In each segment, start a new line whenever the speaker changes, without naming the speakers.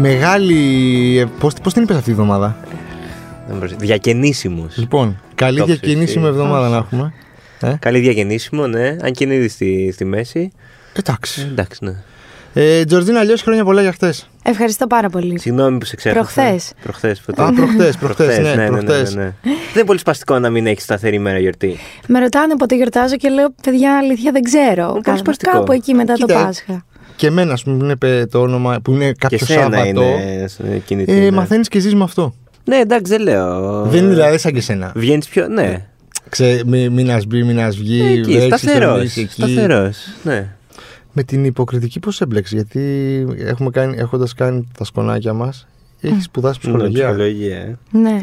Μεγάλη. Πώ την είπες αυτή η εβδομάδα,
Διακαινήσιμος.
Λοιπόν, καλή
Το
διακινήσιμη
ψυχή.
εβδομάδα να έχουμε. Ε,
Καλή διακαινήσιμο, ναι. Αν και είναι ήδη στη, στη μέση.
εντάξει.
Εντάξει, ναι.
Ε, Τζορτζίνα, αλλιώς χρόνια πολλά για χτε.
Ευχαριστώ πάρα πολύ.
Συγγνώμη που σε ξέχασα.
Προχθές.
Προχθές.
Α, προχτέ, προχτέ. Ναι, προχτές.
Δεν είναι πολύ σπαστικό να μην έχεις σταθερή μέρα γιορτή.
Με ρωτάνε πότε γιορτάζω και λέω, παιδιά, αλήθεια δεν ξέρω.
πολύ
Κάπου,
σπαστικό.
κάπου εκεί μετά το
Κοίτα,
Πάσχα.
Και εμένα, ας πούμε, που είναι το όνομα που είναι
Και
κάποιο
σένα
Σάββατο.
είναι Ε. ε, κινητή.
Ε,
ναι.
Μαθαίνεις και ζεις με αυτό.
Ναι, εντάξει, δεν λέω.
Δεν είναι δηλαδή Ε, σαν και σένα.
Βγαίνεις πιο. Ναι.
Ξέ, μη, μήνα μπει, μήνα βγει.
Ε, εκεί,
βρέξεις,
σταθερός.
χιονίσει εκεί.
Σταθερός. Ναι.
Με την υποκριτική πώς έμπλεξες, γιατί έχουμε κάνει, έχοντας κάνει τα σκονάκια μας, έχεις σπουδάσει ψυχολογία.
Ψυχολογία. ε.
Ναι.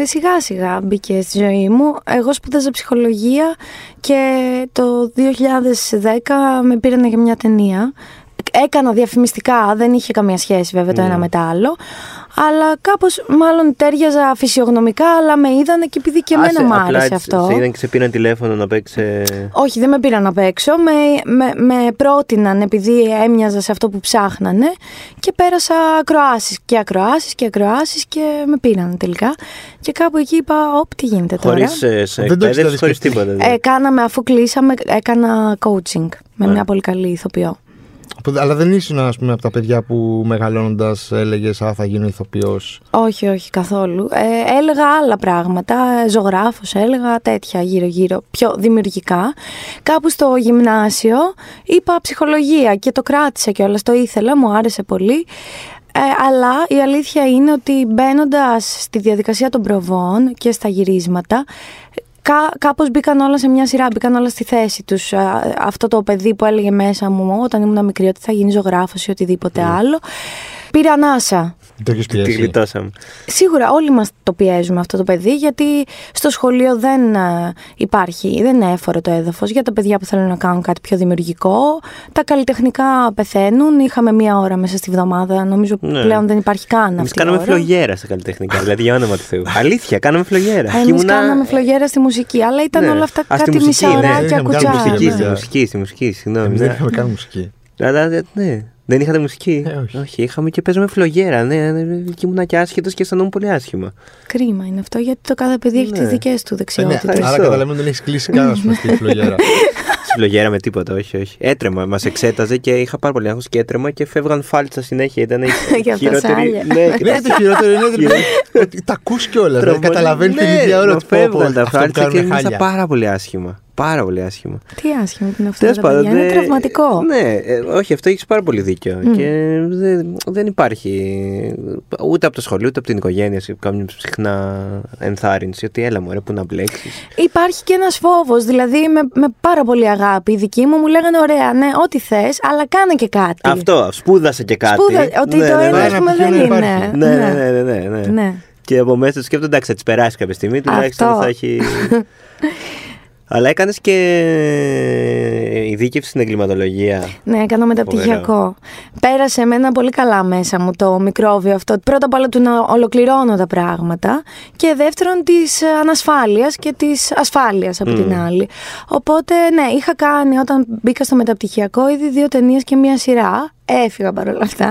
Ε, σιγά σιγά μπήκε στη ζωή μου. Εγώ σπούδαζα ψυχολογία και το 2010 με πήρανε για μια ταινία. Έκανα διαφημιστικά, δεν είχε καμία σχέση βέβαια το
Ναι.
ένα με τα άλλο. Αλλά κάπως μάλλον τέριαζα φυσιογνωμικά, αλλά με είδανε και επειδή και
Α,
εμένα
σε-
μου
απλά
άρεσε
σε-
αυτό.
Σε είδαν και σε πήραν τηλέφωνο να παίξει.
Όχι, δεν με πήραν απ' έξω. Με, με, με πρότειναν επειδή έμοιαζα σε αυτό που ψάχνανε και πέρασα ακροάσεις και ακροάσεις και ακροάσεις και με πήραν τελικά. Και κάπου εκεί είπα: Όπ, τι γίνεται τώρα.
Χωρίς ε, σε
Δεν το έχεις δηλαδή
εκπαίδευση, χωρίς
σκεφτεί.
τίποτα. δηλαδή.
Ε, κάναμε, αφού κλείσαμε, έκανα coaching με μια πολύ καλή ηθοποιό.
Οπότε- Αλλά δεν ήσουν, ας πούμε, από τα παιδιά που μεγαλώνοντας έλεγες Α, θα γίνω ηθοποιός.
Όχι, όχι, καθόλου. Ε, έλεγα άλλα πράγματα, ζωγράφος έλεγα, τέτοια γύρω-γύρω, πιο δημιουργικά. Κάπου στο γυμνάσιο είπα ψυχολογία και το κράτησα κιόλας, το ήθελα, μου άρεσε πολύ. Ε, αλλά η αλήθεια είναι ότι μπαίνοντας στη διαδικασία των προβών και στα γυρίσματα, Κά, κάπως μπήκαν όλα σε μια σειρά, μπήκαν όλα στη θέση τους. Α, Αυτό το παιδί που έλεγε μέσα μου όταν ήμουν μικρή ότι θα γίνει ζωγράφος ή οτιδήποτε άλλο. Πήρα ανάσα.
Το έχεις
Ε,
Τη
πιέσει.
γλιτώσαμε.
Σίγουρα όλοι μας το πιέζουμε αυτό το παιδί γιατί στο σχολείο δεν ε, υπάρχει, δεν είναι έφορο το έδαφος για τα παιδιά που θέλουν να κάνουν κάτι πιο δημιουργικό. Τα καλλιτεχνικά πεθαίνουν, είχαμε μία ώρα μέσα στη βδομάδα, νομίζω
Ναι.
πλέον δεν υπάρχει καν
Εμείς
αυτή η
κάναμε
ώρα.
φλογέρα στα καλλιτεχνικά. δηλαδή, για όνομα του Θεού. Αλήθεια, κάναμε φλογέρα.
Ε,
Ε,
Εμείς κάναμε φλογέρα στη μουσική, αλλά ήταν
Ναι.
όλα αυτά
Α, στη
κάτι
μουσική, ναι. Δεν
μισαωράκια
είχαμε κάνει
κουτσά.
Μουσική,
ναι.
στη μουσική, στη μουσική, συγγνώμη.
Εμείς δεν
ναι.
είχαμε κάνει μουσική.
Αλλά δε- ναι. Δεν είχατε μουσική.
Ε, όχι.
είχαμε και παίζαμε φλογέρα. Ναι, ναι, και ήμουν και άσχετος και αισθανόμουν πολύ άσχημα.
Κρίμα είναι αυτό γιατί το κάθε παιδί έχει
Ναι.
τις δικές του
Ε, ναι,
δεξιότητες.
Ευχαριστώ.
άρα καταλαβαίνω ότι δεν έχεις κλείσει καν ας πούμε, στη φλογέρα.
Στη φλογέρα με τίποτα, όχι, όχι. Έτρεμα, μας εξέταζε και είχα πάρα πολύ άγχος και έτρεμα και φεύγαν φάλτσα συνέχεια. Ήταν η
Και αυτά σάλια.
Ναι, και
Ναι, το χειρότερο είναι ότι- δηλαδή,
Χειρότερο.
ότι τα ακούς κιόλας.
Τρομονή.
Δηλαδή, καταλαβαίνεις την
Ναι,
ίδια ώρα
μα
ότι πω, πω,
φεύγαν
αυτό
τα
που
φάλτσα και
κάνουν
ήμουν
χάλια.
πάρα πολύ άσχημα. Πάρα πολύ άσχημα.
Τι άσχημο που είναι αυτό,
Τέλος
τα παιδιά, είναι
δε-
τραυματικό.
Ναι, ε, όχι, αυτό έχεις πάρα πολύ δίκιο. Και δεν, δεν υπάρχει ούτε από το σχολείο ούτε από την οικογένεια σε κάποια συχνά ενθάρρυνση ότι έλα μου, ρε, που να μπλέξεις.
Υπάρχει και ένας φόβος, δηλαδή με, με πάρα πολύ αγάπη. Οι δικοί μου μου λέγανε ωραία, ναι, ό,τι θες, αλλά κάνε και κάτι.
Αυτό, σπούδασε και κάτι.
Σπούδα, ότι το
ναι,
ένα,
ναι.
ας πούμε,
Ένα
δεν
πιο
είναι.
υπάρχει.
Ναι, ναι, ναι, ναι, ναι.
Ναι.
Και από μέσα τους σκέφτονται, εντάξει, θα τη περάσει κάποια στιγμή, τουλάχιστον
Αυτό.
θα έχει. Αλλά έκανες και ειδίκευση στην εγκληματολογία.
Ναι, έκανα μεταπτυχιακό. Πέρασε με ένα πολύ καλά μέσα μου το μικρόβιο αυτό. Πρώτα απ' όλα του να ολοκληρώνω τα πράγματα και δεύτερον της ε, ανασφάλειας και της ασφάλειας από
Mm.
την άλλη. Οπότε ναι, είχα κάνει όταν μπήκα στο μεταπτυχιακό ήδη δύο ταινίες και μία σειρά. Έφυγα παρόλα αυτά.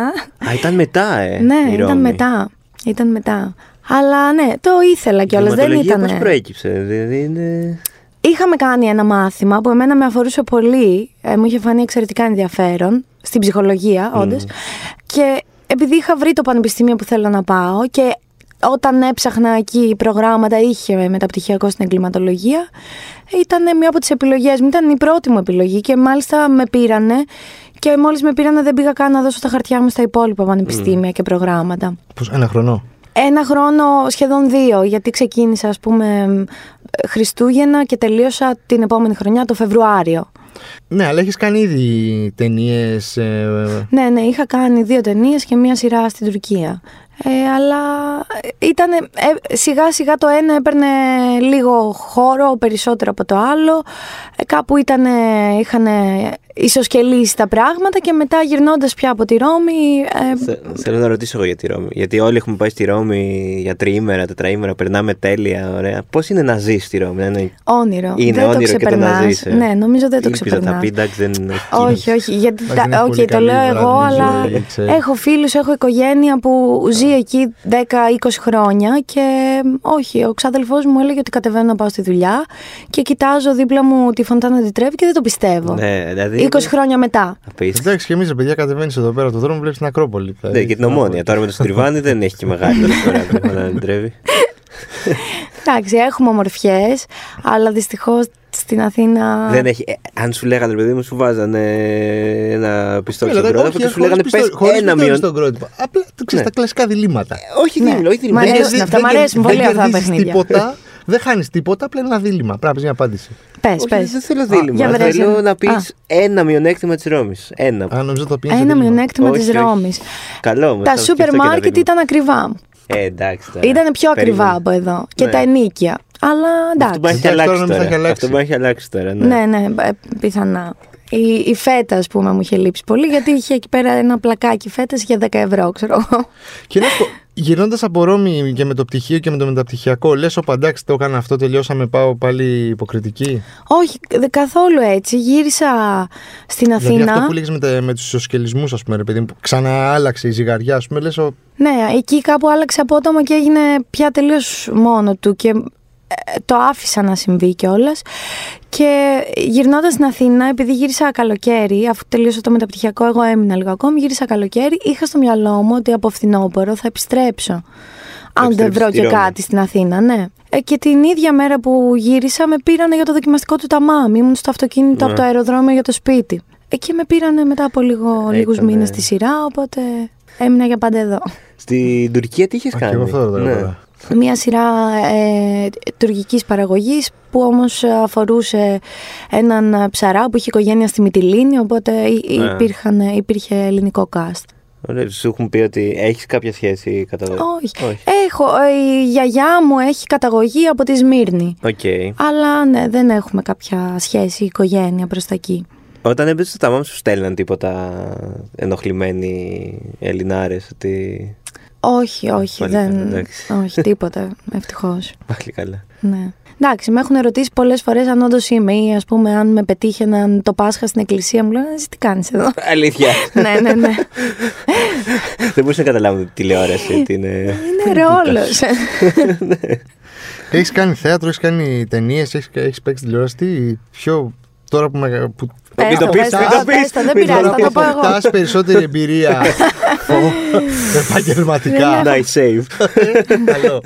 Α, ήταν μετά, ε.
Ναι,
η
ήταν
Ρώμη.
μετά. Ήταν μετά. Αλλά ναι, το ήθελα κιόλας. Δεν
Εγκληματολογία
ήταν.
Πώς προέκυψε, δηλαδή είναι...
Είχαμε κάνει ένα μάθημα που εμένα με αφορούσε πολύ. ε, μου είχε φανεί εξαιρετικά ενδιαφέρον. Στην ψυχολογία, όντως. Και επειδή είχα βρει το πανεπιστήμιο που θέλω να πάω και όταν έψαχνα εκεί προγράμματα, είχε μεταπτυχιακό στην εγκληματολογία. Ήταν μια από τις επιλογές μου. Ήταν η πρώτη μου επιλογή και μάλιστα με πήρανε. Και μόλις με πήρανε, δεν πήγα καν να δώσω τα χαρτιά μου στα υπόλοιπα πανεπιστήμια και προγράμματα.
Πώς, Ένα χρονό.
Ένα χρόνο, σχεδόν δύο, γιατί ξεκίνησα ας πούμε ε, Χριστούγεννα και τελείωσα την επόμενη χρονιά το Φεβρουάριο.
Ναι, αλλά έχεις κάνει ήδη ε, ταινίε.
Ναι, ναι, είχα κάνει δύο ταινίες και μία σειρά στην Τουρκία. Ε, αλλά ήταν σιγά σιγά το ένα έπαιρνε λίγο χώρο περισσότερο από το άλλο ε, κάπου ήταν, είχαν ισοσκελίσει τα πράγματα και μετά γυρνώντας πια από τη Ρώμη ε,
Θε- Θέλω να ρωτήσω εγώ για τη Ρώμη. Γιατί όλοι έχουμε πάει στη Ρώμη για τριήμερα, τετραήμερα, περνάμε τέλεια, ωραία. Πώς είναι να ζεις στη Ρώμη, να είναι.
όνειρο
Είναι
δεν το
όνειρο και το να
ξεπερνάς
ζεις, ε.
ναι νομίζω δεν το
Ελπίζω τα
ξεπερνάς
πει, εντάξει, δεν είναι.
όχι, όχι. Γιατί
Εντάξει, είναι
τα,
πολύ
okay, το
καλή
λέω
βραδινή
εγώ, αλλά
ζωή, ξέρεις.
έχω φίλους, έχω οικογένεια που ζει εκεί 10-20 χρόνια και όχι. Ο ξάδελφός μου έλεγε ότι κατεβαίνω να πάω στη δουλειά και κοιτάζω δίπλα μου τη φωντάνα τη τρέβει και δεν το πιστεύω.
Ναι, δηλαδή.
20 χρόνια μετά.
Απίστευτο.
Εντάξει, και εμείς, παιδιά, κατεβαίνεις εδώ πέρα από το δρόμο, βλέπεις την Ακρόπολη.
Ναι, και την ομόνια. Τώρα με το στριβάνι δεν έχει και μεγάλη διαφορά πρέπει να ντρεύει.
Εντάξει, έχουμε ομορφιές, αλλά δυστυχώς στην Αθήνα.
Δεν έχει. ε, αν σου λέγανε, ρε παιδί μου, σου βάζανε ένα
Ναι,
πιστόλι στον πρότυπο και σου λέγανε πε ένα
ένα μείον.
μείον.
στον κρότυπο. Απλά το ξέρεις
Ναι.
τα κλασικά διλήμματα.
Όχι,
Ναι.
δεν είναι. όχι,
Μ'
δίλημα.
Δεν
Δεν
αρέσουν
κερδίζεις-
αυτά, μ'
δεν κερδίζεις-
αρέσουν πολύ αυτά τα
δεν κερδίζεις
παιχνίδια.
τίποτα, δεν χάνεις τίποτα, απλά είναι ένα δίλημα. Πρέπει να βρει μια απάντηση.
Πες,
Όχι,
πες.
δεν θέλω
για
δίλημα.
βρες
Θέλω
ένα.
να πει
Α.
ένα μειονέκτημα της Ρώμης. Ένα.
Αν νομίζω το πίνεις.
Ένα μειονέκτημα
Όχι,
της
όχι.
Ρώμης.
Καλό όμω.
Τα σούπερ μάρκετ ήταν ακριβά.
Ε, εντάξει. τώρα.
Ήταν πιο ακριβά
Περίμενε.
από εδώ. Και
Ναι.
τα ενίκια. Αλλά
Αυτό μπορεί να
εντάξει.
έχει
Εντάξει, τώρα
αλλάξει
νομίζω θα έχει
τώρα.
αλλάξει.
Αυτό μπορεί να έχει αλλάξει τώρα. ναι.
Ναι, ναι, ε, πιθανά. Η, η φέτα, ας πούμε, μου είχε λείψει πολύ, γιατί είχε εκεί πέρα ένα πλακάκι φέτας για 10 ευρώ, ξέρω εγώ.
Και να σου πω, γυρνώντας από Ρώμη και με το πτυχίο και με το μεταπτυχιακό, λες, ο παντάξι το έκανα αυτό, τελειώσαμε, πάω πάλι υποκριτική.
Όχι, δε- καθόλου έτσι. Γύρισα στην Αθήνα.
Δηλαδή αυτό που λέγεις με, τα- με τους ισοσκελισμούς, ας πούμε, ρε παιδί μου, που ξανά άλλαξε η ζυγαριά, ας πούμε, λες. Ο...
Ναι, εκεί κάπου άλλαξε απότομα και έγινε πια τελείως μόνο του και ε, το άφησα να συμβεί κιόλας. Και γυρνώντας στην Αθήνα, επειδή γύρισα καλοκαίρι, αφού τελείωσα το μεταπτυχιακό, εγώ έμεινα λίγο ακόμη, γύρισα καλοκαίρι, είχα στο μυαλό μου ότι από φθινόπωρο θα επιστρέψω. Αν δεν
επιστρέψεις
βρω
στη
και
Ρώμη.
κάτι στην Αθήνα, ναι. Ε, και την ίδια μέρα που γύρισα, με πήρανε για το δοκιμαστικό του ταμάμ. Ήμουν στο αυτοκίνητο
Ναι.
από το αεροδρόμιο για το σπίτι. Ε, και με πήρανε μετά από λίγο,
Ε,
λίγους
ήτανε-
μήνες στη σειρά, οπότε έμεινα για πάντα εδώ.
Στην Τουρκία τι είχες
Α, και
κάνει.
εγώ αυτό το
Ναι.
έκανα.
Μια σειρά ε, τουρκικής παραγωγής που όμως αφορούσε έναν ψαρά που είχε οικογένεια στη Μυτιλίνη, οπότε υ-
Ναι.
υπήρχαν, υπήρχε ελληνικό cast.
Ωραία, σου έχουν πει ότι έχεις κάποια σχέση κατά.
Όχι. Έχω, ε, η γιαγιά μου έχει καταγωγή από τη Σμύρνη.
Οκ.
Αλλά ναι, δεν έχουμε κάποια σχέση οικογένεια προς τα εκεί.
Όταν έπαιζες στο ταμάμ σου στέλναν τίποτα ενοχλημένοι Ελληνάρες ότι
Όχι, όχι,
Πάλι Ε, καλά,
δεν,
εντάξει.
όχι τίποτα, ευτυχώς.
πάλι καλά.
Ναι. Εντάξει, με έχουν ερωτήσει πολλές φορές αν όντως είμαι ή ας πούμε αν με πετύχαιναν το Πάσχα στην εκκλησία μου. Λένε «Ε, «Εσύ τι κάνεις εδώ.
Αλήθεια.
ναι, ναι, ναι.
Δεν μπορούσα να καταλάβω τη τηλεόραση. ότι είναι...
Είναι ρόλο.
Έχεις κάνει θέατρο, έχεις κάνει ταινίες, έχεις παίξει τηλεόραση. Τι πιο. Τώρα που, με, που
Πες το,
το
Ε, πες
πεις,
το,
μην το
α,
πεις,
πες το, δεν
μην το
πειράζει,
τώρα
θα
που
το πω εγώ.
αποκτάς περισσότερη εμπειρία φο- επαγγελματικά.
Nice save.
Καλό.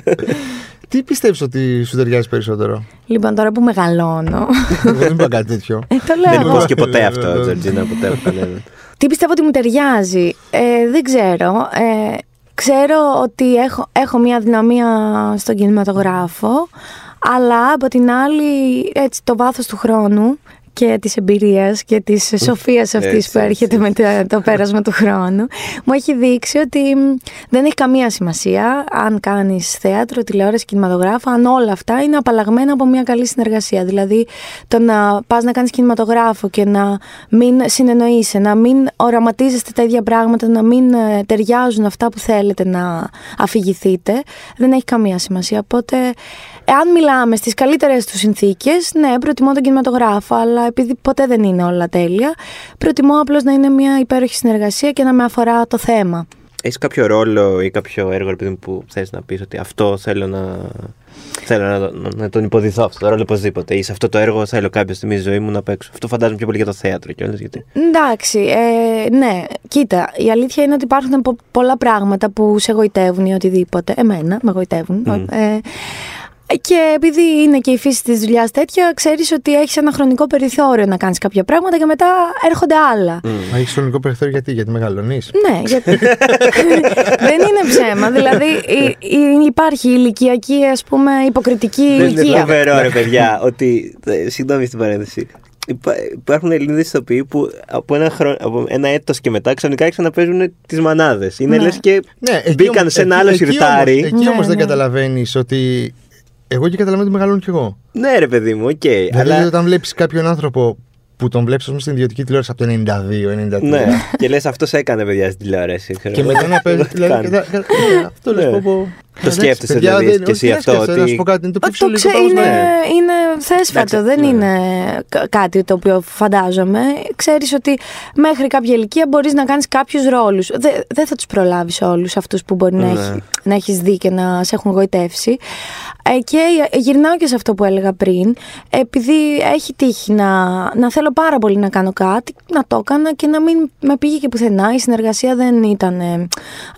Τι πιστεύεις ότι σου ταιριάζει περισσότερο.
Λοιπόν, τώρα που μεγαλώνω.
Δεν είπα κάτι τέτοιο.
ε, το λέω
Δεν
εγώ.
υπόθηκε ποτέ
Ναι,
αυτό, Τζορτζίνα, ποτέ αυτό. ναι.
Τι πιστεύω ότι μου ταιριάζει. Ε, δεν ξέρω. Ε, ξέρω ότι έχω, έχω μια δυναμία στον κινηματογράφο, αλλά από την άλλη έτσι, το βάθος του χρόνου και της εμπειρίας και της σοφίας αυτής
Έτσι,
που έρχεται
έτσι.
με τα- το πέρασμα του χρόνου μου έχει δείξει ότι μ, δεν έχει καμία σημασία αν κάνεις θέατρο, τηλεόραση, κινηματογράφο αν όλα αυτά είναι απαλλαγμένα από μια καλή συνεργασία δηλαδή το να πας να κάνεις κινηματογράφο και να μην συνεννοείσαι να μην οραματίζεστε τα ίδια πράγματα να μην ε, ταιριάζουν αυτά που θέλετε να αφηγηθείτε δεν έχει καμία σημασία οπότε Εάν μιλάμε στις καλύτερες τους συνθήκες, ναι, προτιμώ τον κινηματογράφο, αλλά επειδή ποτέ δεν είναι όλα τέλεια, προτιμώ απλώς να είναι μια υπέροχη συνεργασία και να με αφορά το θέμα.
Έχεις κάποιο ρόλο ή κάποιο έργο επειδή που θες να πεις ότι αυτό θέλω να... Θέλω να, το- να τον υποδηθώ αυτό το ρόλο οπωσδήποτε. Ή σε αυτό το έργο θέλω κάποια στιγμή στη ζωή μου να παίξω. Αυτό φαντάζομαι πιο πολύ για το θέατρο κιόλας. Γιατί...
Εντάξει, ε, ναι, κοίτα, η αλήθεια είναι ότι υπάρχουν πο- πολλά πράγματα που σε γοητεύουν ή οτιδήποτε. Εμένα, με γοητεύουν. Ε, και επειδή είναι και η φύση της δουλειάς τέτοια, ξέρεις ότι έχεις ένα χρονικό περιθώριο να κάνεις κάποια πράγματα και μετά έρχονται άλλα.
Μα έχεις χρονικό περιθώριο γιατί, γιατί μεγαλώνεις.
Ναι, γιατί. δεν είναι ψέμα. Δηλαδή η- η- υπάρχει ηλικιακή, ας πούμε, υποκριτική
Δεν είναι
ηλικία.
Ναι.
φοβερό ρε παιδιά ότι. ε, Συγγνώμη στην παρένθεση. υπά- υπάρχουν Ελληνίδες ηθοποιοί που από ένα, χρόνο, από ένα έτος και μετά ξαφνικά άρχισαν να παίζουν τις μανάδες. Είναι
Ναι.
λες λε και
Ναι, εκεί
μπήκαν
όμως-
σε ένα
εκεί-
άλλο
εκεί όμως-
σιρτάρι.
Εκεί
Ναι,
όμως δεν
ναι.
καταλαβαίνεις ότι. Εγώ και καταλαβαίνω ότι μεγαλώνω κι εγώ.
Ναι, ρε παιδί μου, οκ.
Δηλαδή,
αλλά...
όταν βλέπεις κάποιον άνθρωπο που τον βλέπεις στην ιδιωτική τηλεόραση από το 92-93.
Ναι, και λες αυτός έκανε παιδιά στην τηλεόραση. ξέρω
Και
εγώ.
μετά να παίζει.
Τι
δηλαδή,
κάνει.
κατα- κατα- ναι, Αυτό λες
Ναι.
πω. πω.
Το σκέφτεσαι,
Παιδιά,
δηλαδή,
δεν-
και εσύ
όχι, δεν
αυτό,
σκέφτεσαι,
ότι-
Να σου πω κάτι, είναι το
Ότι το
φυσιολογικό
ξέ,
παύλος
είναι,
να είναι.
ναι.
είναι θέσφατο,
Εντάξει,
δεν
ναι.
είναι κα- κάτι το οποίο φαντάζομαι. Ξέρεις ότι μέχρι κάποια ηλικία μπορείς να κάνεις κάποιους ρόλους. Δε- Δεν θα τους προλάβεις όλους αυτούς που μπορεί να,
Ναι.
έχει, να έχεις δει και να σε έχουν γοητεύσει. Ε, και γυρνάω και σε αυτό που έλεγα πριν. Επειδή έχει τύχει να, να θέλω πάρα πολύ να κάνω κάτι, να το έκανα και να μην με πήγε και πουθενά. Η συνεργασία δεν ήταν ε,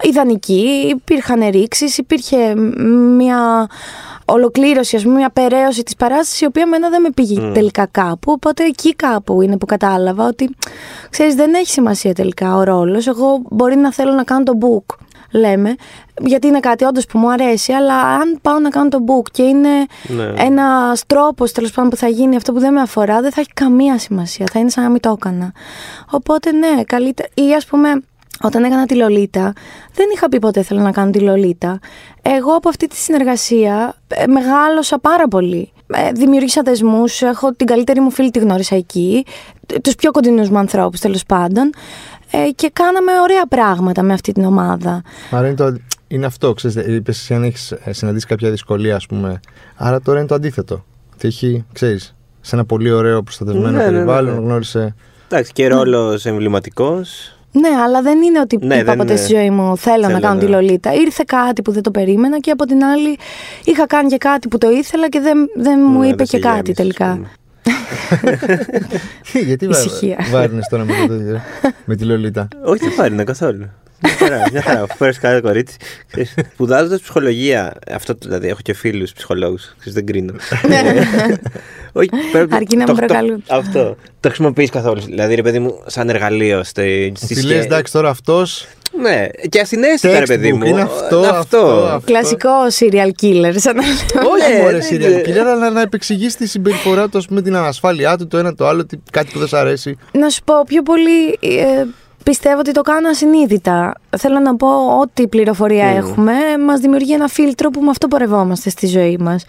ιδανική. Υπήρχαν ρήξεις, υπήρχε μια ολοκλήρωση, ας πούμε, μια περαίωση της παράστασης η οποία μένα δεν με πήγε τελικά κάπου, οπότε εκεί κάπου είναι που κατάλαβα ότι, ξέρεις, δεν έχει σημασία τελικά ο ρόλος, εγώ μπορεί να θέλω να κάνω το book, λέμε, γιατί είναι κάτι όντως που μου αρέσει, αλλά αν πάω να κάνω το book και είναι
Ναι.
ένας τρόπος τέλος πάντων που θα γίνει αυτό που δεν με αφορά, δεν θα έχει καμία σημασία. Θα είναι σαν να μην το έκανα. Οπότε ναι, καλύτερα. Ή ας πούμε, όταν έκανα τη Λολίτα, δεν είχα πει ποτέ θέλω να κάνω τη Λολίτα. Εγώ από αυτή τη συνεργασία ε, μεγάλωσα πάρα πολύ. Ε, Δημιούργησα δεσμούς, έχω την καλύτερη μου φίλη τη γνώρισα εκεί, τους πιο κοντινούς μου ανθρώπους τέλος πάντων. Ε, και κάναμε ωραία πράγματα με αυτή την ομάδα.
Άρα είναι, το, είναι αυτό, ξέρεις, είπες εσύ αν έχεις ε, συναντήσει κάποια δυσκολία, ας πούμε. Άρα τώρα είναι το αντίθετο. Ότι έχει, ξέρεις, σε ένα πολύ ωραίο προστατευμένο
Ναι, ναι, ναι,
περιβάλλον,
ναι.
γνώρισε...
Εντάξει, και ρόλος εμβληματικός.
Ναι, αλλά δεν είναι ότι
Ναι,
είπα
δεν
ποτέ
είναι.
στη ζωή μου θέλω να
Θέλω,
κάνω
ναι.
τη Λολίτα. Ήρθε κάτι που δεν το περίμενα και από την άλλη είχα κάνει και κάτι που το ήθελα και δεν,
Ναι,
δεν μου είπε και κάτι τελικά.
Γιατί
Ησυχία.
βάρνες τώρα με, το τέτοιο, με τη Λολίτα.
Όχι, δεν πάρει ναι, καθόλου. Μια χαρά, μια χαρά. Φέρε κάθε κορίτσι. Σπουδάζοντας ψυχολογία, αυτό το- δηλαδή έχω και φίλους ψυχολόγους, δεν κρίνω. Όχι, πρέπει
Ναι. Αρκεί να
το-
με
το-
προκαλούν.
Αυτό. Το χρησιμοποιείς καθόλου. Δηλαδή, ρε παιδί μου, σαν εργαλείο στη στη
Τη λες,
σχέση.
εντάξει τώρα αυτός...
Ναι, και ασυνέστητα, ρε
Textbook,
παιδί μου. Ε, ναι,
είναι αυτό, αυτό, αυτό.
Κλασικό serial killer, σαν να λέω.
Όχι,
Όχι,
ναι,
μωρέ,
ναι,
Σύρια
ναι.
Κιλέρα, αλλά να επεξηγήσει τη συμπεριφορά του, ας πούμε, την ανασφάλειά του, το ένα το άλλο, τι- κάτι που δεν σ' αρέσει.
Να σου πω πιο πολύ. ε, πιστεύω ότι το κάνω ασυνείδητα. Θέλω να πω ό,τι πληροφορία έχουμε μας δημιουργεί ένα φίλτρο που με αυτό πορευόμαστε στη ζωή μας.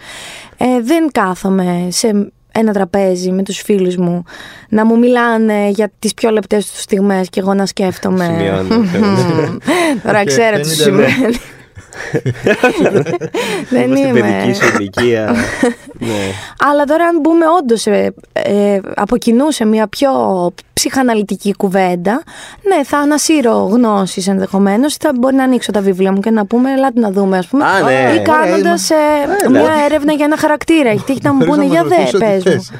Ε, δεν κάθομαι σε ένα τραπέζι με τους φίλους μου να μου μιλάνε για τις πιο λεπτές τους στιγμές και εγώ να σκέφτομαι.
Σημειώνω.
Μμμ. Τώρα
Και
ξέρω τι
50
σου σημαίνει. Δεν
Στην
είμαι.
παιδική σου ηλικία. Ναι.
Αλλά τώρα, αν μπούμε όντως από κοινού σε μια πιο ψυχαναλυτική κουβέντα, ναι, θα ανασύρω γνώσεις ενδεχομένως ή θα μπορεί να ανοίξω τα βιβλία μου και να πούμε, ελάτε να δούμε, ας πούμε.
Α, ναι.
Ή κάνοντας
Έλα.
μια έρευνα για ένα χαρακτήρα. Έχει τύχει να μου
Μπορείς
πούνε
να
για
μας ρωτήσεις
δε,
ό,τι
πες μου.
θες.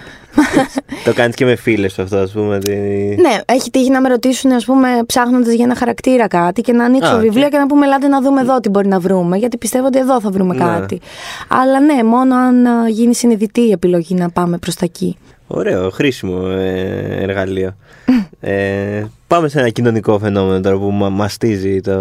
Το κάνεις και με φίλες σου αυτό, ας πούμε. ότι-
Ναι, έχει τύχει να με ρωτήσουν, ας πούμε, ψάχνοντας για ένα χαρακτήρα κάτι και να ανοίξω
Α,
βιβλία και να πούμε, ελάτε να δούμε εδώ τι μπορεί να βρούμε. Γιατί πιστεύω ότι εδώ θα βρούμε
Ναι.
κάτι. Αλλά ναι, μόνο αν α, γίνει συνειδητή η επιλογή να πάμε προς τα εκεί.
Ωραίο, χρήσιμο ε, εργαλείο. Ε, πάμε σε ένα κοινωνικό φαινόμενο τώρα που μα, μαστίζει το.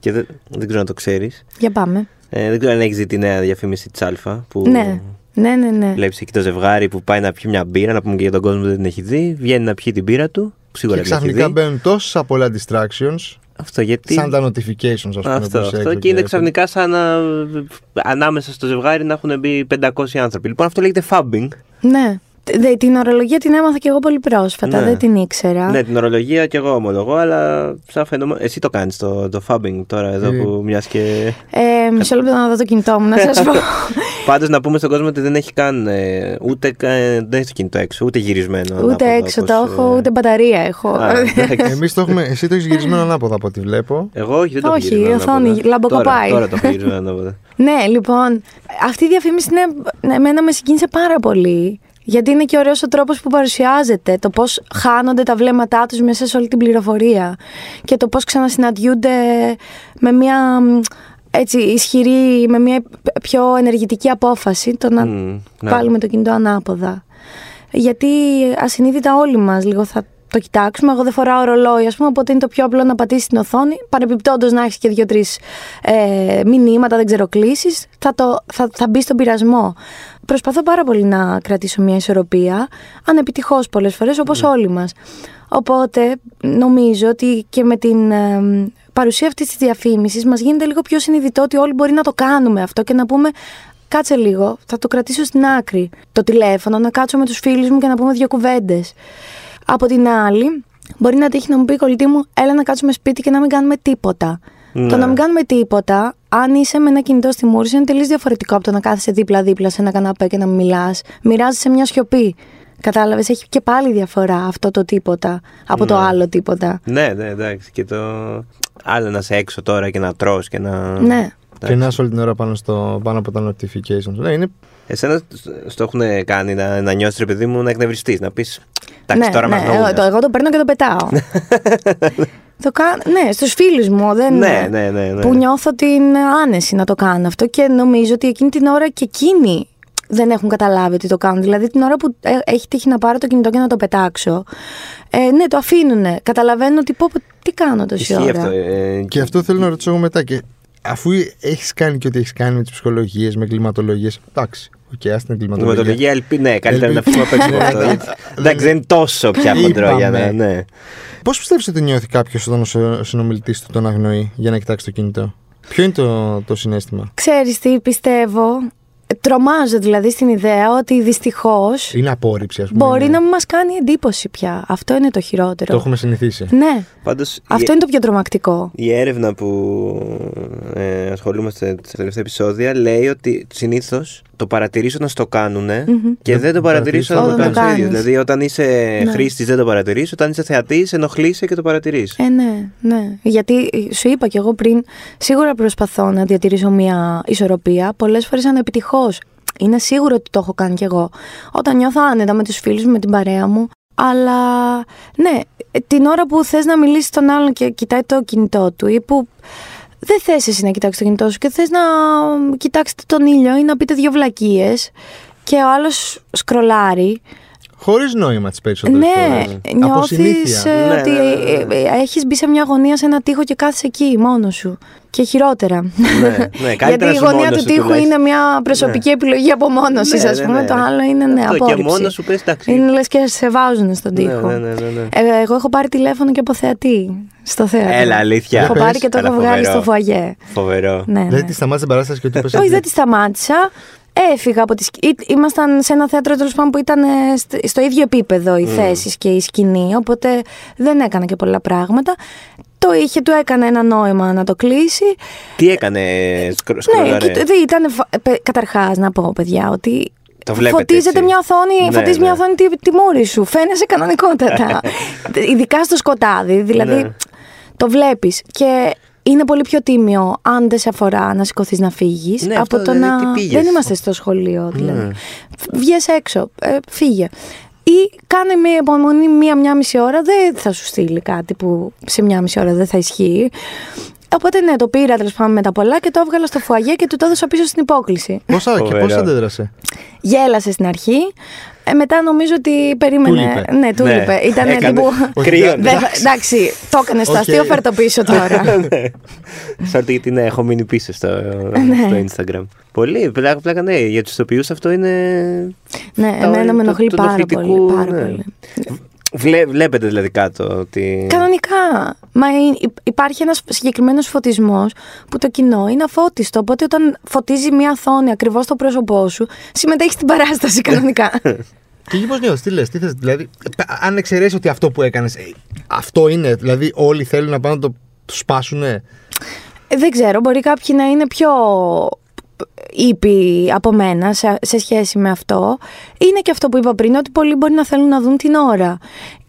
και δεν, δεν ξέρω αν το ξέρεις.
Για πάμε.
Ε, δεν ξέρω αν έχεις δει τη νέα διαφήμιση της Α. Που
Ναι, ναι, ναι, ναι.
Βλέπεις εκεί το ζευγάρι που πάει να πιει μια μπύρα, να πούμε και για τον κόσμο που δεν την έχει δει. Βγαίνει να πιει την μπύρα του. που Σίγουρα
Και
την έχει
ξαφνικά
δει.
μπαίνουν τόσα πολλά distractions,
Αυτό γιατί.
σαν τα notifications, ας πούμε.
Αυτό,
που σε
αυτό.
έκλειο
Και είναι
Apple.
ξαφνικά σαν να, ανάμεσα στο ζευγάρι να έχουν μπει 500 άνθρωποι. Λοιπόν, αυτό λέγεται fabbing.
Ναι. Δε- Την ορολογία την έμαθα και εγώ πολύ πρόσφατα,
Ναι.
δεν την ήξερα.
Ναι, την ορολογία και εγώ ομολογώ, αλλά σαν φαινόμενο. Εσύ το κάνεις το, το fabbing τώρα εδώ
Ε.
που μιας και.
Ε, μισό λεπτό να δω το κινητό μου, να σας πω.
Πάντως να πούμε στον κόσμο ότι δεν έχει καν. ε, ούτε καν- δεν έχει το κινητό έξω, ούτε γυρισμένο.
ούτε
ανάποδα,
έξω
όπως,
το έχω,
ε,
ούτε μπαταρία έχω.
Α, εντάξει.
Εμείς το έχουμε, εσύ το έχεις γυρισμένο ανάποδα από ό,τι βλέπω.
Εγώ όχι, δεν το
Όχι,
έχω γυρισμένο
η οθόνη
ανάποδα.
λαμποκοπάει.
Τώρα, τώρα το έχω γυρισμένο ανάποδα.
ναι, λοιπόν, αυτή η διαφήμιση ναι, ναι, εμένα με συγκίνησε πάρα πολύ. Γιατί είναι και ωραίος ο τρόπος που παρουσιάζεται, το πώς χάνονται τα βλέμματά τους μέσα σε όλη την πληροφορία και το πώς ξανασυναντιούνται με μια μ, έτσι ισχυρή, με μια πιο ενεργητική απόφαση το να
Μμ, ναι.
βάλουμε το κινητό ανάποδα. Γιατί ασυνείδητα όλοι μας λίγο θα το κοιτάξουμε. Εγώ δεν φοράω ρολόι, ας πούμε, οπότε είναι το πιο απλό να πατήσεις την οθόνη. Παρεμπιπτόντω να έχεις και δύο-τρει ε, μηνύματα, δεν ξέρω, κλήσεις. Θα, το- θα, θα μπει στον πειρασμό. Προσπαθώ πάρα πολύ να κρατήσω μια ισορροπία, ανεπιτυχώς πολλές φορές, όπως όλοι μας. Οπότε νομίζω ότι και με την ε, παρουσία αυτής της διαφήμισης μας γίνεται λίγο πιο συνειδητό ότι όλοι μπορεί να το κάνουμε αυτό και να πούμε Κάτσε λίγο, θα το κρατήσω στην άκρη το τηλέφωνο, να κάτσω με τους φίλους μου και να πούμε δύο κουβέντες. Από την άλλη, μπορεί να τύχει να μου πει η κολλητή μου, έλα να κάτσουμε σπίτι και να μην κάνουμε τίποτα.
Ναι.
Το να μην κάνουμε τίποτα, αν είσαι με ένα κινητό στη μούρη, σου, είναι τελείως διαφορετικό από το να κάθεσαι δίπλα-δίπλα σε ένα καναπέ και να μιλάς. Μοιράζεσαι μια σιωπή. Κατάλαβες, έχει και πάλι διαφορά αυτό το τίποτα από το άλλο τίποτα.
Ναι, ναι, εντάξει. Και το. Άλλο να είσαι έξω τώρα και να τρως και να.
Ναι.
Και να είσαι όλη την ώρα πάνω, στο, πάνω από τα notifications. Ναι, είναι
Εσένα σ- στο έχουν κάνει να, να νιώσεις, ρε παιδί μου, να εκνευριστείς, να πεις. Εντάξει,
ναι,
τώρα
ναι,
μας νοούν».
εγώ, το, εγώ το παίρνω και το πετάω. το κα... Ναι, στους φίλους μου. Δεν...
Ναι, ναι, ναι, ναι.
Που νιώθω την άνεση να το κάνω αυτό και νομίζω ότι εκείνη την ώρα και εκείνοι δεν έχουν καταλάβει ότι το κάνουν. Δηλαδή την ώρα που ε, έχει τύχει να πάρω το κινητό και να το πετάξω. Ε, ναι, το αφήνουνε. Καταλαβαίνουν ότι πω, πω, τι κάνω τόση
Ισχύει
ώρα.
αυτό. ε,
Και αυτό θέλω να ρωτήσω εγώ μετά. Και αφού έχεις κάνει και ό,τι έχεις κάνει με τις ψυχολογίες, με κλιματολογίες. Εντάξει, οκ, okay, την
η
κλιματολογία.
Ματολογία ελπί, ναι, καλύτερα να
Ελπί-
πούμε απ' έξω
Ναι,
αυτό.
ναι.
Εντάξει, δεν είναι τόσο πια χοντρό για να.
Είπαμε.
Ναι.
Πώς πιστεύεις ότι νιώθει κάποιος όταν ο συνομιλητής του τον αγνοεί για να κοιτάξει το κινητό, Ποιο είναι το, το συνέστημα,
Ξέρεις τι πιστεύω. Τρομάζω δηλαδή στην ιδέα ότι δυστυχώς
Ε,
Είναι απόρριψη,
ναι,
ας πούμε.
μπορεί
είναι-
να μην μας κάνει εντύπωση πια. Αυτό είναι το χειρότερο.
Το έχουμε συνηθίσει.
Ναι.
Πάντως,
Αυτό είναι το πιο τρομακτικό.
Η έρευνα που ε, ασχολούμαστε τα τελευταία επεισόδια λέει ότι συνήθως το παρατηρεί όταν στο κάνουν και δεν το παρατηρεί
παρατηρείς
όταν το
όταν το
κάνει ίδιο.
κάνεις.
Δηλαδή, όταν είσαι
Ναι.
χρήστης, δεν το παρατηρείς. Όταν είσαι θεατής, ενοχλείσαι και το παρατηρείς.
Ε, ναι, ναι. Γιατί ε, σου είπα κι εγώ πριν, σίγουρα προσπαθώ να διατηρήσω μια ισορροπία. Πολλές φορές ανεπιτυχώς. Είναι σίγουρο ότι το έχω κάνει κι εγώ. Όταν νιώθω άνετα με τους φίλους μου, με την παρέα μου. Αλλά ναι, ε, την ώρα που θες να μιλήσεις τον άλλον και κοιτάει το κινητό του ή που δεν θες εσύ να κοιτάξεις το κινητό σου και θες να κοιτάξετε τον ήλιο ή να πείτε δύο βλακίες και ο άλλος σκρολάρει
Χωρίς νόημα τις περισσότερες
ναι, νιώθει
Ναι,
ότι
ναι, ναι, ναι.
ε, ε, έχεις μπει σε μια γωνία, σε ένα τοίχο και κάθεσαι εκεί μόνος σου. Και χειρότερα.
ναι, καλύτερα
Ε. Γιατί η
σου
γωνία
μόνος
του
σου
τείχου
τουλάχιστον.
είναι μια προσωπική επιλογή απομόνωση,
Ναι,
ας
ναι,
πούμε.
ναι.
Το άλλο είναι ναι,
Αυτό, και
απόρριψη.
μόνος σου πες, εντάξει.
Είναι λες και σε βάζουν στον
Ναι,
τοίχο.
ναι, ναι, ναι, ναι.
Ε, εγώ έχω πάρει τηλέφωνο και από θεατή. Στο θέατρο.
Έλα, αλήθεια.
Έχω
Για
πάρει
πες.
και το
Έλα,
έχω βγάλει
φοβερό.
στο φουαγέ.
Φοβερό.
Ναι, ναι.
Δηλαδή τη σταμάτησε την παράσταση και του είπε.
Όχι, δεν τη σταμάτησα. Έφυγα από τη σκηνή. Ήμασταν σε ένα θέατρο τέλος πάντων που ήταν ε, στ- στο ίδιο επίπεδο οι θέσεις και η σκηνή. Οπότε δεν έκανα και πολλά πράγματα. Το είχε, του έκανε ένα νόημα να το κλείσει.
Τι έκανε, σκρο,
Ναι,
σκρολαρέ.
και, ήταν. Καταρχάς να πω, παιδιά, ότι.
Το βλέπετε
φωτίζεται
έτσι.
μια οθόνη,
Ναι,
φωτίζει μια
ναι.
οθόνη τη, τη μούρη σου. Φαίνεσαι κανονικότατα. Ειδικά στο σκοτάδι. Δηλαδή
Ναι.
το βλέπεις. Και είναι πολύ πιο τίμιο αν δεν σε αφορά να σηκωθείς να φύγεις
Ναι,
από
αυτό
το
δηλαδή,
να.
τι πήγες.
Δεν είμαστε στο σχολείο. Δηλαδή. Βγες έξω, ε, φύγε. Ή κάνε μια υπομονή μία-μία μισή ώρα, δεν θα σου στείλει κάτι που σε μία μισή ώρα δεν θα ισχύει. Οπότε ναι, το πήρα τέλος πάντων με τα πολλά και το έβγαλα στο φουαγέ και του το έδωσα πίσω στην υπόκληση.
Πόσα και πώ
Φοβερό.
αντέδρασε.
Γέλασε στην αρχή. Ε, μετά νομίζω ότι περίμενε.
Του λείπε.
ναι, του
Ναι.
λείπε. Ήταν
Έκανε-
τύπου.
Όχι, Κρύο.
«Δεν θα- Εντάξει, το έκανε στο
Οκ.
αστείο, φέρ το πίσω τώρα.
Ναι. Σαν ότι την έχω μείνει πίσω στο, στο
Ναι.
Instagram. Πολύ, πλάκα, πλάκα, ναι. Για τους ηθοποιού αυτό είναι.
ναι,
τα όρια
εμένα με
του-
ενοχλεί
του
πάρα πολύ.
ενοχλητικού,
Πάρα
ναι.
πολύ.
Βλέ, βλέπετε δηλαδή κάτω ότι.
Κανονικά. Μα υ- υ- υπάρχει ένας συγκεκριμένος φωτισμός που το κοινό είναι αφώτιστο. Οπότε όταν φωτίζει μια οθόνη ακριβώ το πρόσωπό σου, συμμετέχει στην παράσταση κανονικά.
Και εκεί πώ νιώθει, τι λες, τι θες. Δηλαδή, ε, αν εξαιρέσεις ότι αυτό που έκανες, αυτό είναι. Δηλαδή, όλοι θέλουν να πάνε να το σπάσουν.
Ε, Δεν ξέρω, μπορεί κάποιοι να είναι πιο ήπιοι από μένα σε, σε σχέση με αυτό. Είναι και αυτό που είπα πριν, ότι πολλοί μπορεί να θέλουν να δουν την ώρα.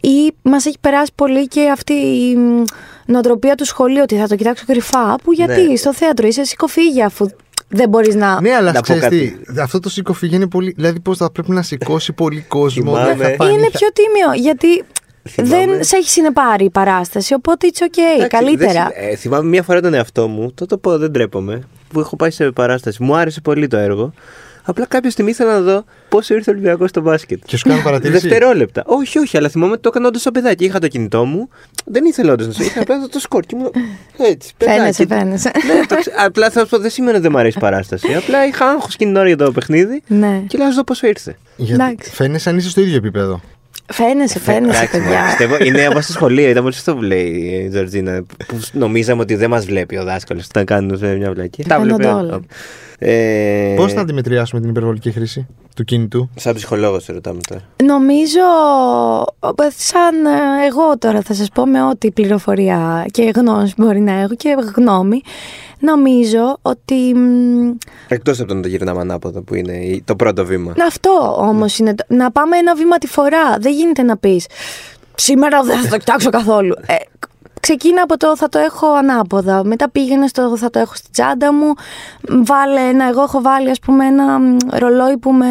Ή μας έχει περάσει πολύ και αυτή η μ, νοοτροπία του σχολείου, ότι θα το κοιτάξω κρυφά, που γιατί
Ναι.
στο θέατρο είσαι σηκωφίγια αφού δεν μπορείς να...
ναι, αλλά
να πω
ξέρεις
κάτι.
τι. Αυτό το σηκωφυγέ είναι πολύ. Δηλαδή, πώς θα πρέπει να σηκώσει πολύ κόσμο.
Θυμάμαι.
δεν θα φανεί,
Είναι
θα-
πιο τίμιο, γιατί
Θυμάμαι.
δεν σε έχει συνεπάρει η παράσταση, οπότε it's okay,
Εντάξει,
καλύτερα.
δεν συ- ε, θυμάμαι μια φορά τον εαυτό μου, το το πω, δεν τρέπομαι, που έχω πάει σε παράσταση. Μου άρεσε πολύ το έργο. Απλά κάποια στιγμή ήθελα να δω πόσο ήρθε ο Ολυμπιακός στο μπάσκετ.
Και σου κάνω παρατήρηση.
Δευτερόλεπτα. Όχι, όχι, αλλά θυμόμαι ότι το έκανα όντως σαν παιδάκι. Είχα το κινητό μου. Δεν ήθελα όντως να σου είχα. Απλά το σκορ και ήμουν Έτσι.
Φαίνεσαι,
παιδάκι.
φαίνεσαι.
Ναι, το ξε- απλά θα σου πω, δεν σημαίνει ότι δεν μου αρέσει η παράσταση. Απλά είχα άγχος εκείνη την ώρα για το παιχνίδι
Ναι.
και λέω, «Ας δω πόσο ήρθε.
Γιατί
Εντάξει.
Φαίνεσαι σαν είσαι στο ίδιο επίπεδο.
Φαίνεσαι, φαίνεσαι,
Εντάξει, μωρέ,
παιδιά.
πιστεύω, είναι όπως στο σχολείο, ήταν πολύ αυτό που λέει η Τζορτζίνα. Που νομίζαμε ότι δεν μας βλέπει ο δάσκαλος όταν κάνουμε μια βλακή. Τα
Φαίνονται
βλέπει.
όλα.
Ε,
Πώς θα αντιμετριάσουμε την υπερβολική χρήση του κινητού.
Σαν ψυχολόγος σε ρωτάμε τώρα.
Νομίζω, ε, σαν ε, εγώ τώρα θα σας πω με ό,τι πληροφορία και γνώση μπορεί να έχω και γνώμη, νομίζω ότι μ,
Εκτός από το να το γυρνάμε ανάποδα που είναι η- το πρώτο βήμα.
Να αυτό όμως
Ναι.
είναι. το- Να πάμε ένα βήμα τη φορά. Δεν γίνεται να πεις Σήμερα δεν θα το κοιτάξω καθόλου. Ε, ξεκίνα από το θα το έχω ανάποδα. Μετά πήγαινε στο θα το έχω στην τσάντα μου. Μ, Βάλε ένα. Εγώ έχω βάλει, ας πούμε, ένα μ, ρολόι που με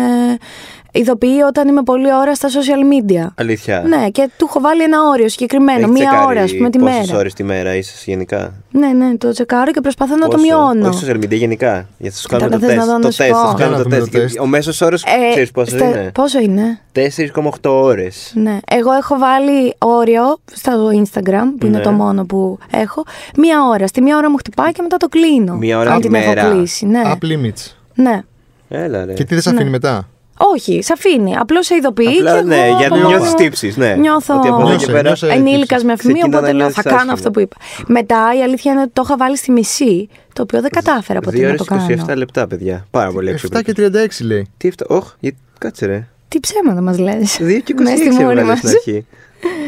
ειδοποιεί όταν είμαι πολλή ώρα στα social media.
Αλήθεια.
Ναι, και του έχω βάλει ένα όριο συγκεκριμένο.
Ε, Έχεις
Μία
τσεκάρει
ώρα, ας πούμε, τη
πόσες
μέρα.
ώρες τη μέρα είσαι γενικά.
Ναι, ναι, το τσεκάρω και προσπαθώ να το
Πόσο?
μειώνω.
Όχι social media γενικά. Για να σου κάνω το
Τώρα θες να
τεστ.
δω να
Το
σου
τεστ.
πω.
Θα σου κάνω
Κάνε
το
να
τεστ.
πούμε το
Ο μέσος όρος
Ε,
ξέρεις πόσο
στα-
είναι.
Πόσο είναι.
4,8 ώρες.
Ναι, εγώ έχω βάλει όριο στο Instagram, που είναι
Ναι.
το μόνο που έχω, μία ώρα. Στη μία ώρα μου χτυπάει και μετά το κλείνω.
Μία ώρα
αν
τη
την έχω
μέρα.
κλείσει. Ναι.
App limits.
Ε.
ναι.
Έλα ρε.
Και τι δεν σε αφήνει μετά.
Όχι, σε αφήνει. Απλώς σε ειδοποιεί.
Απλά,
και
ναι,
εγώ
για να
μπορώ-
νιώθεις τύψεις, ναι.
Νιώθω
Ότι από
εδώ και πέρα- Νιώσε
ενήλικας με αφημία,
Ξεκινά να
οπότε λέω θα
νιώθεις
κάνω
άσχημα.
αυτό που είπα. Μετά η αλήθεια είναι ότι το είχα βάλει στη μισή, το οποίο δεν κατάφερα ποτέ
2
να
ώρες
το κάνω.
27 λεπτά, παιδιά. Πάρα πολύ
7
έξυπνο.
και 36 λέει.
Τι 7, όχ, γιατί- κάτσε ρε.
Τι ψέματα μας λες.
2 και
Ναι,
26 έβγαλε στην αρχή.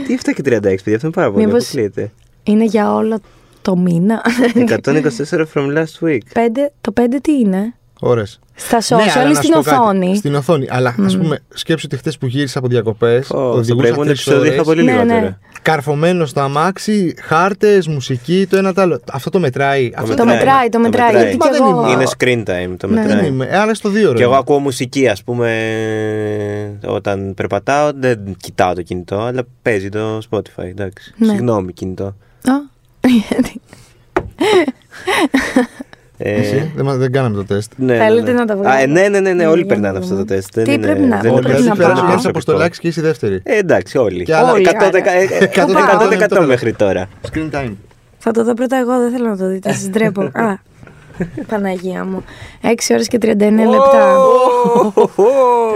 Τι 7 και 36, παιδιά, αυτό είναι πάρα πολύ.
Μήπως-
Αποκλείεται.
Είναι για όλο το μήνα.
124 from last week.
Πέντε- το 5 τι είναι.
Ωρε.
Στα
Ναι,
social
αλλά
ή
να
στην
σου πω κάτι.
οθόνη.
Στην οθόνη. Αλλά ας πούμε, σκέψου ότι χθες που γύρισα από διακοπές,
Ω, Στο
οδηγούσα
προηγούμενο
τρεις
επεισόδιο είχα
ώρες,
πολύ
Ναι, ναι.
λιγότερα.
καρφωμένο στο αμάξι, χάρτες, μουσική, το ένα το άλλο. Αυτό το μετράει. Αυτό
Το
ναι,
μετράει, το μετράει.
μετράει.
Γιατί
Μα
και
δεν είναι.
εγώ.
Είναι screen time, το
Ναι.
δεν
μετράει.
είμαι. Άρα στο δύο ρε.
Και εγώ ακούω μουσική, ας πούμε, όταν περπατάω. Δεν κοιτάω το κινητό, αλλά παίζει το Spotify. Εντάξει.
Ναι.
Συγγνώμη, κινητό.
Α, γιατί.
Ε,
Εσύ, δεν, μα- δεν κάναμε το τεστ.
ναι, ναι,
Θέλετε
ναι.
να τα βγάλω.
Α, ε, ναι, ναι, ναι, ναι,
Ναι,
όλοι
για να
περνάνε
το
αυτό το
δούμε.
τest. Δεν
Τι
είναι-
πρέπει να-
δεν
Όλοι
είναι
πρέπει να
προσωπικό.
πάω.
Κάνει αποστολάκι και είσαι η δεύτερη.
Ε, εντάξει, όλοι.
Και άλλα-
Όλοι,
άρα.
100% ε, ε,
Εκατό-
100% μέχρι τώρα.
Screen time.
Θα το δω πρώτα εγώ, δεν θέλω να το δείτε. Σας ντρέπω. Α, Παναγία μου. 6 ώρες και 39 Ε, λεπτά.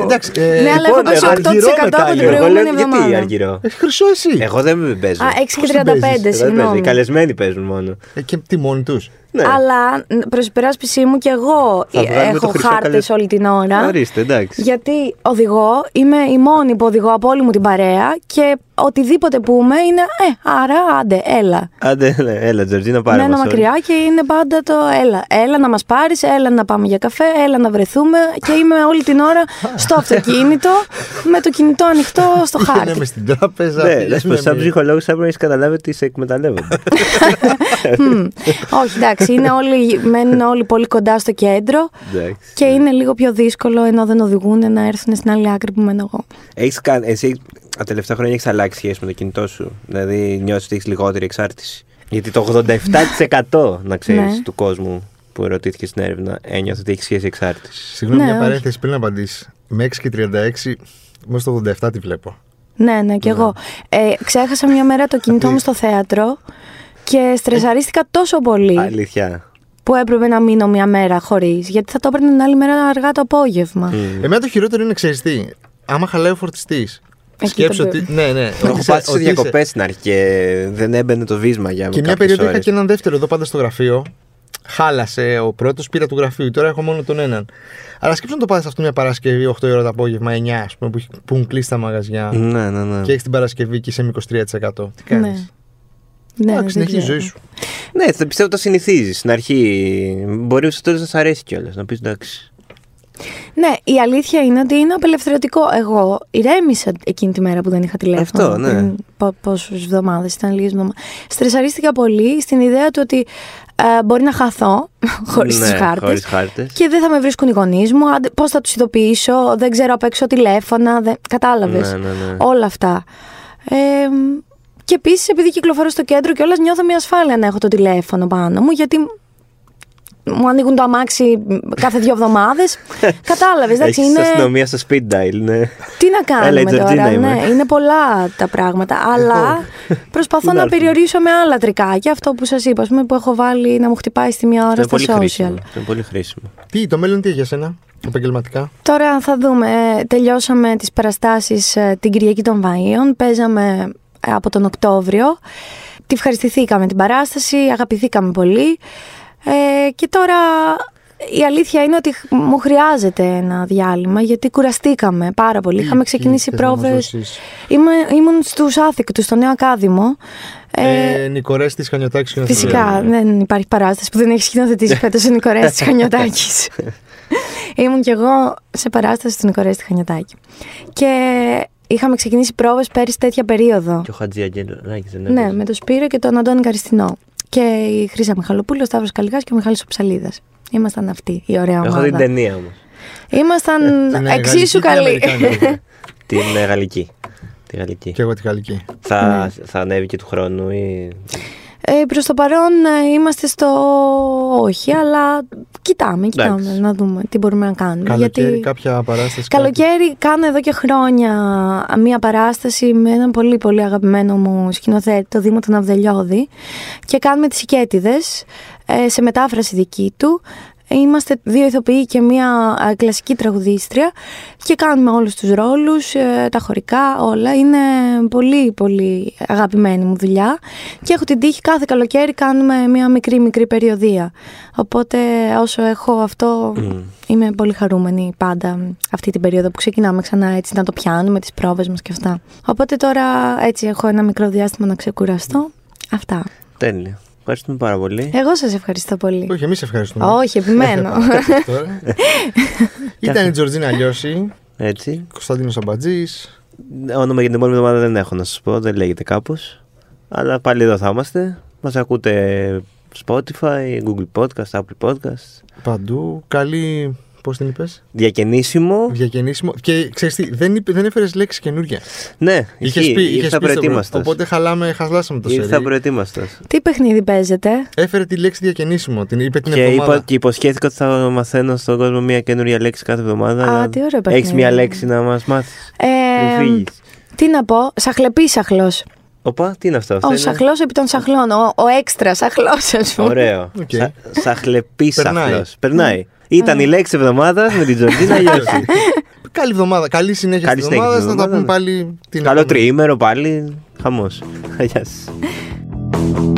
Εντάξει. ε,
Ναι, αλλά έχω
λοιπόν,
πέσει
ε,
8%
αργυρό
από την
μετά, λέω.
Εγώ λέω
προηγούμενη
γιατί
εβδομάδα.
αργυρό.
Έχεις χρυσό εσύ.
Ε, Εγώ δεν παίζω.
Α, 6
Πώς
και
την
35,
παίζεις,
Εγώ δεν παίζω. Οι
συγγνώμη.
καλεσμένοι παίζουν μόνο.
Ε, Και τι μόνοι τους.
Ναι.
Αλλά ν- προς υπεράσπιση μου και εγώ ε,
Θα βγάλουμε το
έχω
χρυσό
χάρτες
καλέ-
όλη την ώρα.
Ορίστε, εντάξει.
Γιατί οδηγώ, είμαι η μόνη που οδηγώ από όλη μου την παρέα και οτιδήποτε πούμε είναι ε, άρα άντε, έλα.
Άντε, ναι, έλα, Τζορτζίνα, πάρε
Μένω
μας όλοι.
μακριά και είναι πάντα το έλα. Έλα να μας πάρεις, έλα να πάμε για καφέ, έλα να βρεθούμε. Και είμαι όλη την ώρα στο αυτοκίνητο με το κινητό ανοιχτό στο
Πήγαινε με
χάρτη.
στην τράπεζα.
Ναι,
πήγαινε
λες πως σαν
με-
ψυχολόγος θα πρέπει να έχεις καταλάβει ότι σε εκμεταλλεύονται.
Μμμ. Όχι, εντάξει, είναι όλοι, μένουν όλοι πολύ κοντά στο κέντρο
Εντάξει.
και είναι λίγο πιο δύσκολο ενώ δεν οδηγούν να έρθουν στην άλλη άκρη που μένω εγώ.
Έχεις κάνει, εσύ τα τελευταία χρόνια έχεις αλλάξει σχέση με το κινητό σου. Δηλαδή νιώθεις ότι έχεις λιγότερη εξάρτηση. Γιατί το 87% να ξέρεις
Ναι.
του κόσμου που ερωτήθηκε στην έρευνα ένιωθε ότι έχεις σχέση εξάρτησης.
Συγγνώμη,
Ναι,
μια
όχι.
παρένθεση πριν απαντήσεις. Με 6 και 36, μέσα στο 87 τη βλέπω.
Ναι, ναι, κι εγώ. Ε, ξέχασα μια μέρα το κινητό μου στο θέατρο και στρεσαρίστηκα τόσο πολύ
Αλήθεια.
που έπρεπε να μείνω μια μέρα χωρίς. Γιατί θα το έπαιρνα την άλλη μέρα αργά
Ε,
το απόγευμα.
Εμένα το χειρότερο είναι, ξέρεις τι, άμα χαλάει ο φορτιστής.
Εκεί
Σκέψω
το
ότι. Ναι, ναι.
Το έχω
ότι
πάθει σε
ότι είσαι-
διακοπές στην αρχή και δεν έμπαινε το βίσμα για
Και μια
κάποιες
περίοδο είχα
ώρες.
και έναν δεύτερο εδώ πάντα στο γραφείο. Χάλασε ο πρώτος, πήρα του γραφείου. Τώρα έχω μόνο τον έναν. Αλλά σκέψω να το πάθει αυτό μια Παρασκευή, 8 η ώρα το απόγευμα, 9 ας πούμε, που, έχει- που έχουν κλείσει τα μαγαζιά.
Ναι, ναι, ναι.
Και έχεις την Παρασκευή και είσαι με 23%. Τι κάνεις.
Ναι. Ναι,
Εντάξει,
δεν
συνεχίζει η ζωή
ξέρω.
σου.
Ναι, θα πιστεύω το συνηθίζεις στην αρχή. Μπορεί στο τέλο να σ' αρέσει κιόλας. Να πεις εντάξει.
Ναι, η αλήθεια είναι ότι είναι απελευθερωτικό. Εγώ ηρέμησα εκείνη τη μέρα που δεν είχα τηλέφωνο.
Αυτό, ναι.
Πόσες εβδομάδες, ήταν λίγες εβδομάδες. Στρεσαρίστηκα πολύ στην ιδέα του ότι ε, μπορεί να χαθώ χωρίς
ναι,
τους χάρτες.
χωρίς χάρτες.
Και δεν θα με βρίσκουν οι γονείς μου. Άντε, Πώς θα τους ειδοποιήσω, δεν ξέρω απ' έξω τηλέφωνα. Δεν... Κατάλαβες.
Ναι, ναι, ναι.
Όλα αυτά. Ε, μ, και επίσης, επειδή κυκλοφορώ στο κέντρο και όλα, νιώθω μια ασφάλεια να έχω το τηλέφωνο πάνω μου, γιατί μου ανοίγουν το αμάξι κάθε δύο εβδομάδες. Κατάλαβες, εντάξει,
Έχεις
είναι.
αστυνομία στο speed dial, ναι.
Τι να
Έλα,
κάνουμε
η Τζορτζίνα
τώρα,
είμαι. Λοιπόν,
ναι, είναι πολλά τα πράγματα. Αλλά προσπαθώ
Να
να
έρθουμε.
περιορίσω με άλλα τρικάκια αυτό που σας είπα, ας πούμε, που έχω βάλει να μου χτυπάει στη μία ώρα
Αυτό είναι
στα
πολύ
social.
χρήσιμο. Αυτό είναι πολύ χρήσιμο.
Τι, το μέλλον τι για σένα, επαγγελματικά.
Τώρα θα δούμε. Ε, Τελειώσαμε τις παραστάσεις ε, την Κυριακή των Βαΐων. Παίζαμε ε, από τον Οκτώβριο. Τη ευχαριστηθήκαμε την παράσταση, αγαπηθήκαμε πολύ. Ε, και τώρα η αλήθεια είναι ότι χ- μου χρειάζεται ένα διάλειμμα γιατί κουραστήκαμε πάρα πολύ. Είχαμε
Τι
ξεκινήσει
θες Ε, να μας
πρόβες.
δώσεις?
Είμαι, ήμουν στους άθικτους, στο Νέο Ακάδημο. Ε,
Ε, Νικορές της Χανιωτάκης και να
Φυσικά δεν υπάρχει παράσταση που δεν έχεις σκηνοθετήσει φέτος ο Νικορέα της Χανιωτάκης. Ήμουν κι εγώ σε παράσταση του Νικορέα της Χανιωτάκη. Και είχαμε ξεκινήσει πρόβες πέρυσι τέτοια περίοδο.
Και ο Χατζή Αγγελάκη δεν
Ναι,
έπαιζε.
με τον Σπύρο και τον Αντώνη Καριστινό. Και η Χρύσα Μιχαλοπούλου, ο Σταύρος Καλιγάς και ο Μιχάλης Οψαλίδας. Ήμασταν αυτοί η ωραία
Έχω δει την
ομάδα.
ταινία όμως.
Ήμασταν
Την Ναι, γαλλική
εξίσου
και την
καλοί.
αμερικάνικη.
Την ε, γαλλική. Τη γαλλική.
Και εγώ τη γαλλική.
Θα, θα ανέβει και του χρόνου ή.
Ε, προς το παρόν ε, είμαστε στο όχι, αλλά κοιτάμε, κοιτάμε
Εντάξει.
να δούμε τι μπορούμε να κάνουμε.
Καλοκαίρι,
γιατί...
κάποια παράσταση.
Καλοκαίρι κάνω εδώ και χρόνια μία παράσταση με έναν πολύ πολύ αγαπημένο μου σκηνοθέτη, το Δήμο τον Αυδελιώδη και κάνουμε τις Οικέτιδες ε, σε μετάφραση δική του. Είμαστε δύο ηθοποιοί και μία ε, κλασική τραγουδίστρια και κάνουμε όλους τους ρόλους, ε, τα χωρικά, όλα. Είναι πολύ πολύ αγαπημένη μου δουλειά και έχω την τύχη κάθε καλοκαίρι κάνουμε μία μικρή μικρή περιοδία. Οπότε όσο έχω αυτό Είμαι πολύ χαρούμενη πάντα αυτή την περίοδο που ξεκινάμε ξανά έτσι να το πιάνουμε, τις πρόβες μας και αυτά. Οπότε τώρα έτσι έχω ένα μικρό διάστημα να ξεκουραστώ. Αυτά.
Τέλεια. Ευχαριστούμε πάρα πολύ.
Εγώ σας ευχαριστώ πολύ.
Όχι, εμείς ευχαριστούμε.
Όχι, επιμένω.
Τώρα. Ήταν η Τζορτζίνα Λιώση,
Έτσι.
Κωνσταντίνος Αμπατζής.
Όνομα για την επόμενη εβδομάδα δεν έχω να σας πω, δεν λέγεται κάπως. Αλλά πάλι εδώ θα είμαστε. Μας ακούτε Spotify, Google Podcast, Apple Podcast.
Παντού. Καλή. Πώς την είπες,
Διακαινήσιμο.
Διακαινήσιμο. Και ξέρεις τι, δεν, είπε- δεν έφερες λέξη καινούργια.
Ναι,
Είχες πει, είχες
ήρθα
πει στο
προετοίμαστος.
πρώτο. Οπότε χαλάμε, χαλάσαμε το σερί.
Ήρθα προετοίμαστος.
Τι παιχνίδι παίζετε.
Έφερε τη λέξη διακαινήσιμο, την είπε την
Και,
εβδομάδα.
είπα, και υποσχέθηκα ότι θα μαθαίνω στον κόσμο μια καινούρια λέξη κάθε εβδομάδα.
Α, τι ωραίο
Έχεις
παιχνίδι.
μια λέξη να μας μάθεις.
Ε, τι να πω, σαχλεπή σαχλός.
Οπα, τι είναι αυτό. αυτό
Ο
είναι-
σαχλός επί των σαχλών, ο, ο έξτρας σαχλός ας πούμε.
Ωραίο.
Οκ.
Σα, σαχλεπή
Περνάει. Ναι.
σαχλός. Περνάει. Ήταν η λέξη εβδομάδας με την Τζορτζίνα Γιώση.
Καλή εβδομάδα. Καλή συνέχεια
Καλή
της
συνέχεια
εβδομάδα. Θα
της
τα πούμε
εβδομάδας.
πάλι την
Καλό
επόμενη.
τριήμερο πάλι. Χαμός. Γεια σας.